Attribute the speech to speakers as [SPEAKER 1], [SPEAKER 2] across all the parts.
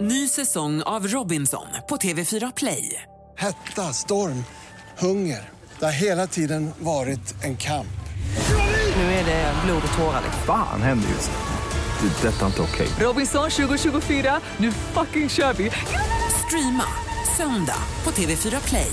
[SPEAKER 1] Ny säsong av Robinson på TV4 Play.
[SPEAKER 2] Hetta, storm, hunger. Det har hela tiden varit en kamp.
[SPEAKER 1] Nu är det blod och tårar. liksom.
[SPEAKER 3] Fan händer just nu. Det. är Detta är inte okej.
[SPEAKER 1] Robinson 2024, nu fucking kör vi! Streama söndag på TV4 Play.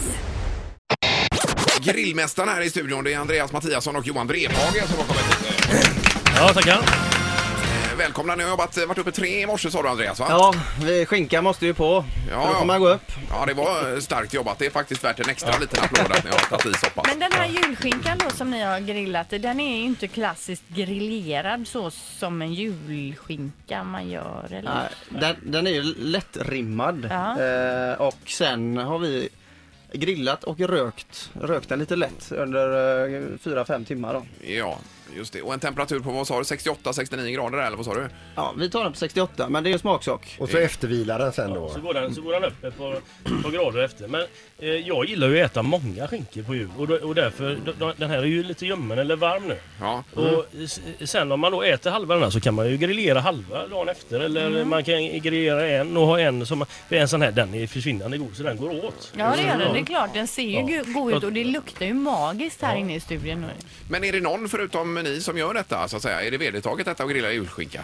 [SPEAKER 4] Grillmästaren här i studion, det är Andreas Mattiasson och Johan Brevhage som har kommit hit.
[SPEAKER 5] Ja, tackar.
[SPEAKER 4] Eh, Välkomna, ni har jobbat, varit uppe tre i morse sa du Andreas va?
[SPEAKER 6] Ja, vi- skinka måste ju på.
[SPEAKER 4] Ja,
[SPEAKER 6] Då
[SPEAKER 4] ja.
[SPEAKER 6] får man gå upp.
[SPEAKER 4] Ja, det var eh, starkt jobbat. Det är faktiskt värt en extra liten applåd att ni har tagit i så pass.
[SPEAKER 7] Men den här julskinkan då som ni har grillat, den är ju inte klassiskt grillerad så som en julskinka man gör eller?
[SPEAKER 6] Nej, Den, den är ju lättrimmad.
[SPEAKER 7] Ja.
[SPEAKER 6] Eh, och sen har vi grillat och rökt, rökt den lite lätt under eh, 4-5 timmar då.
[SPEAKER 4] Ja, just det. Och en temperatur på, vad sa du, 68-69 grader eller vad sa du?
[SPEAKER 6] Ja, vi tar den på 68 men det är ju en smaksak.
[SPEAKER 8] Och så eftervilar den sen då.
[SPEAKER 5] Så går den, så går den upp ett par, par grader efter. Men eh, jag gillar ju att äta många skinkor på jul. Och, då- och därför, d- d- den här är ju lite ljummen eller varm nu.
[SPEAKER 4] Ja.
[SPEAKER 5] Och s- sen om man då äter halva den här så kan man ju grillera halva dagen efter. Eller man kan grillera en och ha en som... för En sån här, den är försvinnande god så den går åt.
[SPEAKER 7] Ja det gör den,
[SPEAKER 4] Mm.
[SPEAKER 7] det är klart. Den ser ju
[SPEAKER 5] Ja.
[SPEAKER 7] go- god ut och det luktar ju magiskt här inne i studion. nu.
[SPEAKER 4] Men är det någon förutom ni som gör detta så att säga? Är det vedertaget detta att grilla julskinka?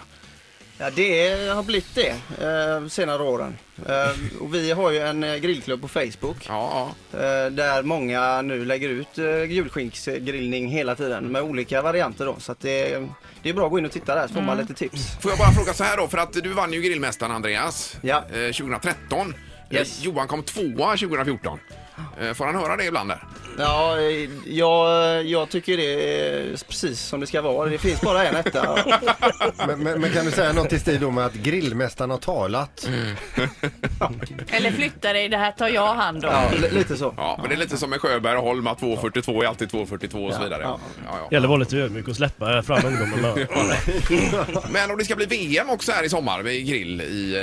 [SPEAKER 6] Ja, det har blivit det eh, senare åren. Eh, och vi har ju en eh, grillklubb på Facebook
[SPEAKER 4] Ja, ja.
[SPEAKER 6] eh, där många nu lägger ut eh, julskinksgrillning hela tiden med olika varianter då. Så att det, det är bra att gå in och titta där så får man lite tips.
[SPEAKER 4] Får jag bara fråga så här då, för att du vann ju grillmästaren Andreas
[SPEAKER 6] Ja.
[SPEAKER 4] eh, 2013.
[SPEAKER 6] Yes.
[SPEAKER 4] Eh, Johan kom tvåa 2014. Eh, Får han höra det ibland där?
[SPEAKER 6] Ja, eh, jag, jag tycker det är precis som det ska vara. Det finns bara en etta.
[SPEAKER 8] Men, men, men kan du säga något i stil då med att grillmästaren har talat?
[SPEAKER 6] Mm.
[SPEAKER 7] Eller flytta dig, det här tar jag hand om.
[SPEAKER 6] Ja, li- lite så.
[SPEAKER 4] Ja, men det är lite som med Sjöberg och Holm att 2.42 är alltid 2.42 och så vidare. Ja, ja,
[SPEAKER 5] Gäller att vara lite ödmjuk och släppa fram ungdomarna.
[SPEAKER 4] Men och det ska bli VM också här i sommar med grill i,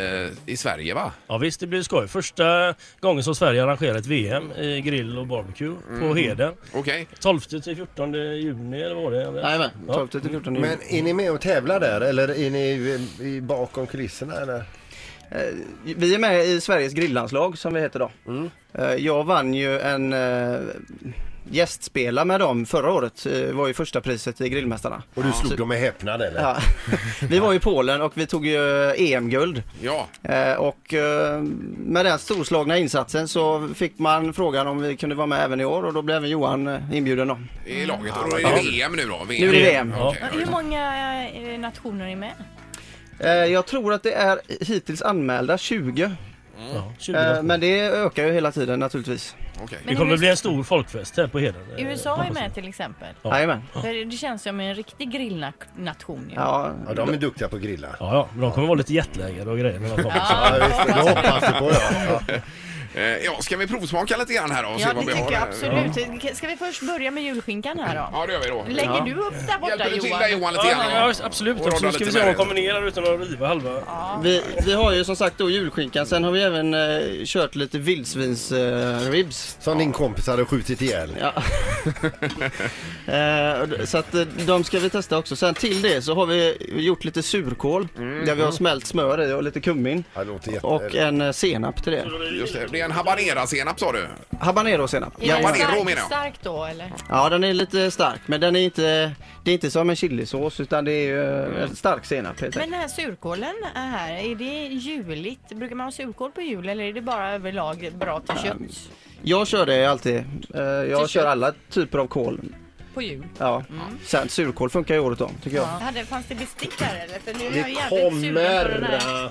[SPEAKER 4] eh, i Sverige va?
[SPEAKER 5] Ja visst, det blir skoj. Första gången som Sverige arrangerar ett VM i grill och barbecue på Heden.
[SPEAKER 4] Okej.
[SPEAKER 5] 12 till 14 juni eller vad var det?
[SPEAKER 6] Jajamän,
[SPEAKER 5] Ja.
[SPEAKER 6] 12 till 14 juni.
[SPEAKER 8] Men är ni med och tävlar där eller är ni i- i, bakom kulisserna eller?
[SPEAKER 6] Eh, Vi är med i Sveriges grillanslag som vi heter då.
[SPEAKER 8] Mm.
[SPEAKER 6] Eh, Jag vann ju en äh, gästspela med dem förra året. eh, var ju första priset i Grillmästarna.
[SPEAKER 8] Och du slog dem med häpnad eller?
[SPEAKER 6] Ja. Vi var i Polen och vi tog ju EM-guld.
[SPEAKER 4] Ja.
[SPEAKER 6] Eh, Och eh, med den storslagna insatsen så fick man frågan om vi kunde vara med även i år och då blev även Johan eh, inbjuden då.
[SPEAKER 4] i laget. Och då är det VM nu då?
[SPEAKER 6] Nu är det VM.
[SPEAKER 5] Ja.
[SPEAKER 4] Okej,
[SPEAKER 7] Hur många eh, nationer är med?
[SPEAKER 6] Eh, Jag tror att det är hittills anmälda 20.
[SPEAKER 5] Ja, 20
[SPEAKER 6] Eh, Men det ökar ju hela tiden naturligtvis.
[SPEAKER 4] okej.
[SPEAKER 5] Det kommer bli en stor folkfest här på Heden. eh,
[SPEAKER 7] USA är med till exempel.
[SPEAKER 5] Ja.
[SPEAKER 6] Jajamän.
[SPEAKER 7] För det känns som en riktig grillnation ju.
[SPEAKER 6] Ja,
[SPEAKER 8] Ja, de är duktiga på att grilla.
[SPEAKER 5] Ja, ja, men de kommer vara lite jetlaggade och grejer. när de kommer.
[SPEAKER 7] Ja,
[SPEAKER 8] Ja, visst, det hoppas vi på ja. ja.
[SPEAKER 4] Eh, Ja, ska vi provsmaka lite grann här då? och se
[SPEAKER 7] ja
[SPEAKER 4] vad
[SPEAKER 7] det
[SPEAKER 4] vi har?
[SPEAKER 7] tycker jag absolut. Ska vi först börja med julskinkan här då?
[SPEAKER 4] Ja, det gör vi då.
[SPEAKER 7] Lägger du upp där borta
[SPEAKER 4] Hjälper du till där
[SPEAKER 7] Johan?
[SPEAKER 4] Johan lite
[SPEAKER 5] Ja,
[SPEAKER 4] grann?
[SPEAKER 5] ja, absolut.
[SPEAKER 4] Och rodda
[SPEAKER 5] Och så ska vi
[SPEAKER 4] lite
[SPEAKER 5] se om
[SPEAKER 4] med
[SPEAKER 5] de kommer ner här utan att riva halva.
[SPEAKER 6] vi, vi har ju som sagt då julskinkan, sen har vi även eh, kört lite vildsvinsribs. Eh, ribs.
[SPEAKER 8] Som din kompis hade skjutit ihjäl.
[SPEAKER 6] ja. eh, och d- så att eh, de ska vi testa också. Sen till det så har vi gjort lite surkål
[SPEAKER 5] Mm.
[SPEAKER 6] där vi har smält smör i och lite kummin.
[SPEAKER 8] Ja, det låter jätte...
[SPEAKER 6] Och en eh, senap till
[SPEAKER 5] Mm.
[SPEAKER 6] det.
[SPEAKER 4] Just det, det är en habanera-senap sa du.
[SPEAKER 6] Habanero-senap.
[SPEAKER 7] Är den
[SPEAKER 4] vad det är,
[SPEAKER 7] stark-
[SPEAKER 4] rå menar jag.
[SPEAKER 7] Stark då eller?
[SPEAKER 6] Ja den är lite stark men den är inte, det är inte som en chilisås utan det är ju eh, en stark senap helt
[SPEAKER 7] Men
[SPEAKER 6] enkelt.
[SPEAKER 7] den här surkålen är här, är det juligt? Brukar man ha surkål på jul eller är det bara överlag bra till kött?
[SPEAKER 6] Jag kör det alltid. Eh,
[SPEAKER 7] Till
[SPEAKER 6] Jag
[SPEAKER 7] kött.
[SPEAKER 6] kör alla typer av kål.
[SPEAKER 7] På jul?
[SPEAKER 6] Ja. Sen surkål funkar ju året om tycker jag.
[SPEAKER 7] Hade, fanns det bestick här eller? För nu är jag
[SPEAKER 8] Det
[SPEAKER 7] jävligt sugen på den här.
[SPEAKER 8] kommer!